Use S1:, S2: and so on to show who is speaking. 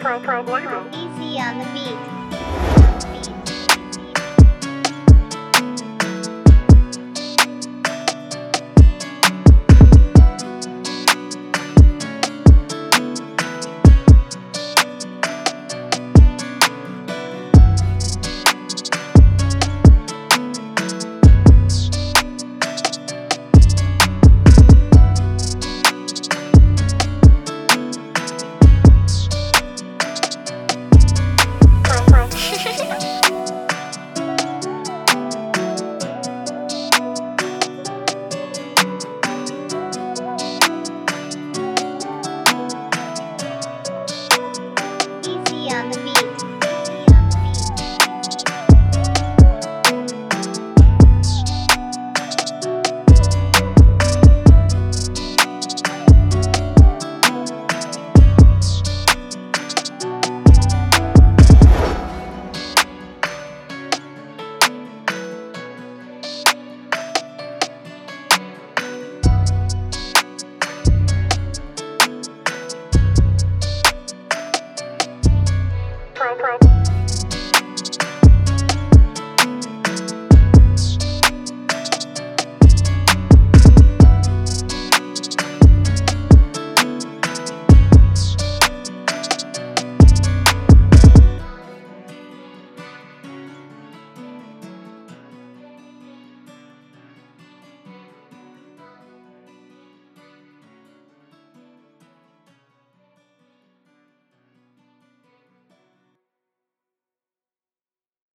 S1: pro pro
S2: Easy on the beat.